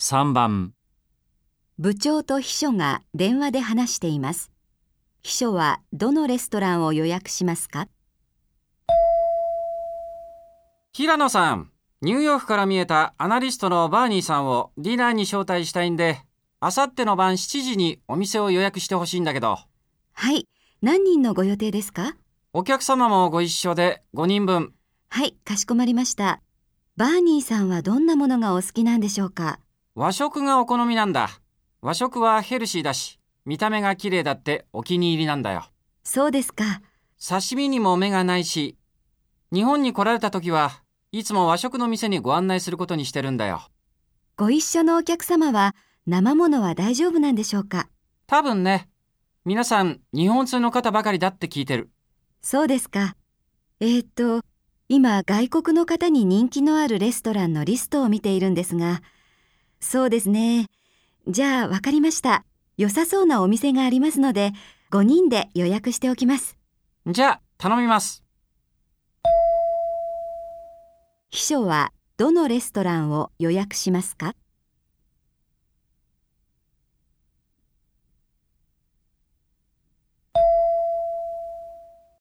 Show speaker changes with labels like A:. A: 3番、
B: 部長と秘書が電話で話しています。秘書はどのレストランを予約しますか
C: 平野さん、ニューヨークから見えたアナリストのバーニーさんをディナーに招待したいんで、あさっての晩7時にお店を予約してほしいんだけど、
B: はい。何人のご予定ですか
C: お客様もご一緒で5人分。
B: はい、かしこまりました。バーニーさんはどんなものがお好きなんでしょうか
C: 和食がお好みなんだ。和食はヘルシーだし、見た目が綺麗だってお気に入りなんだよ。
B: そうですか。
C: 刺身にも目がないし、日本に来られた時はいつも和食の店にご案内することにしてるんだよ。
B: ご一緒のお客様は生ものは大丈夫なんでしょうか
C: 多分ね、皆さん日本通の方ばかりだって聞いてる。
B: そうですか。えーっと、今外国の方に人気のあるレストランのリストを見ているんですが、そうですね。じゃあわかりました。良さそうなお店がありますので、5人で予約しておきます。
C: じゃあ、頼みます。
B: 秘書はどのレストランを予約しますか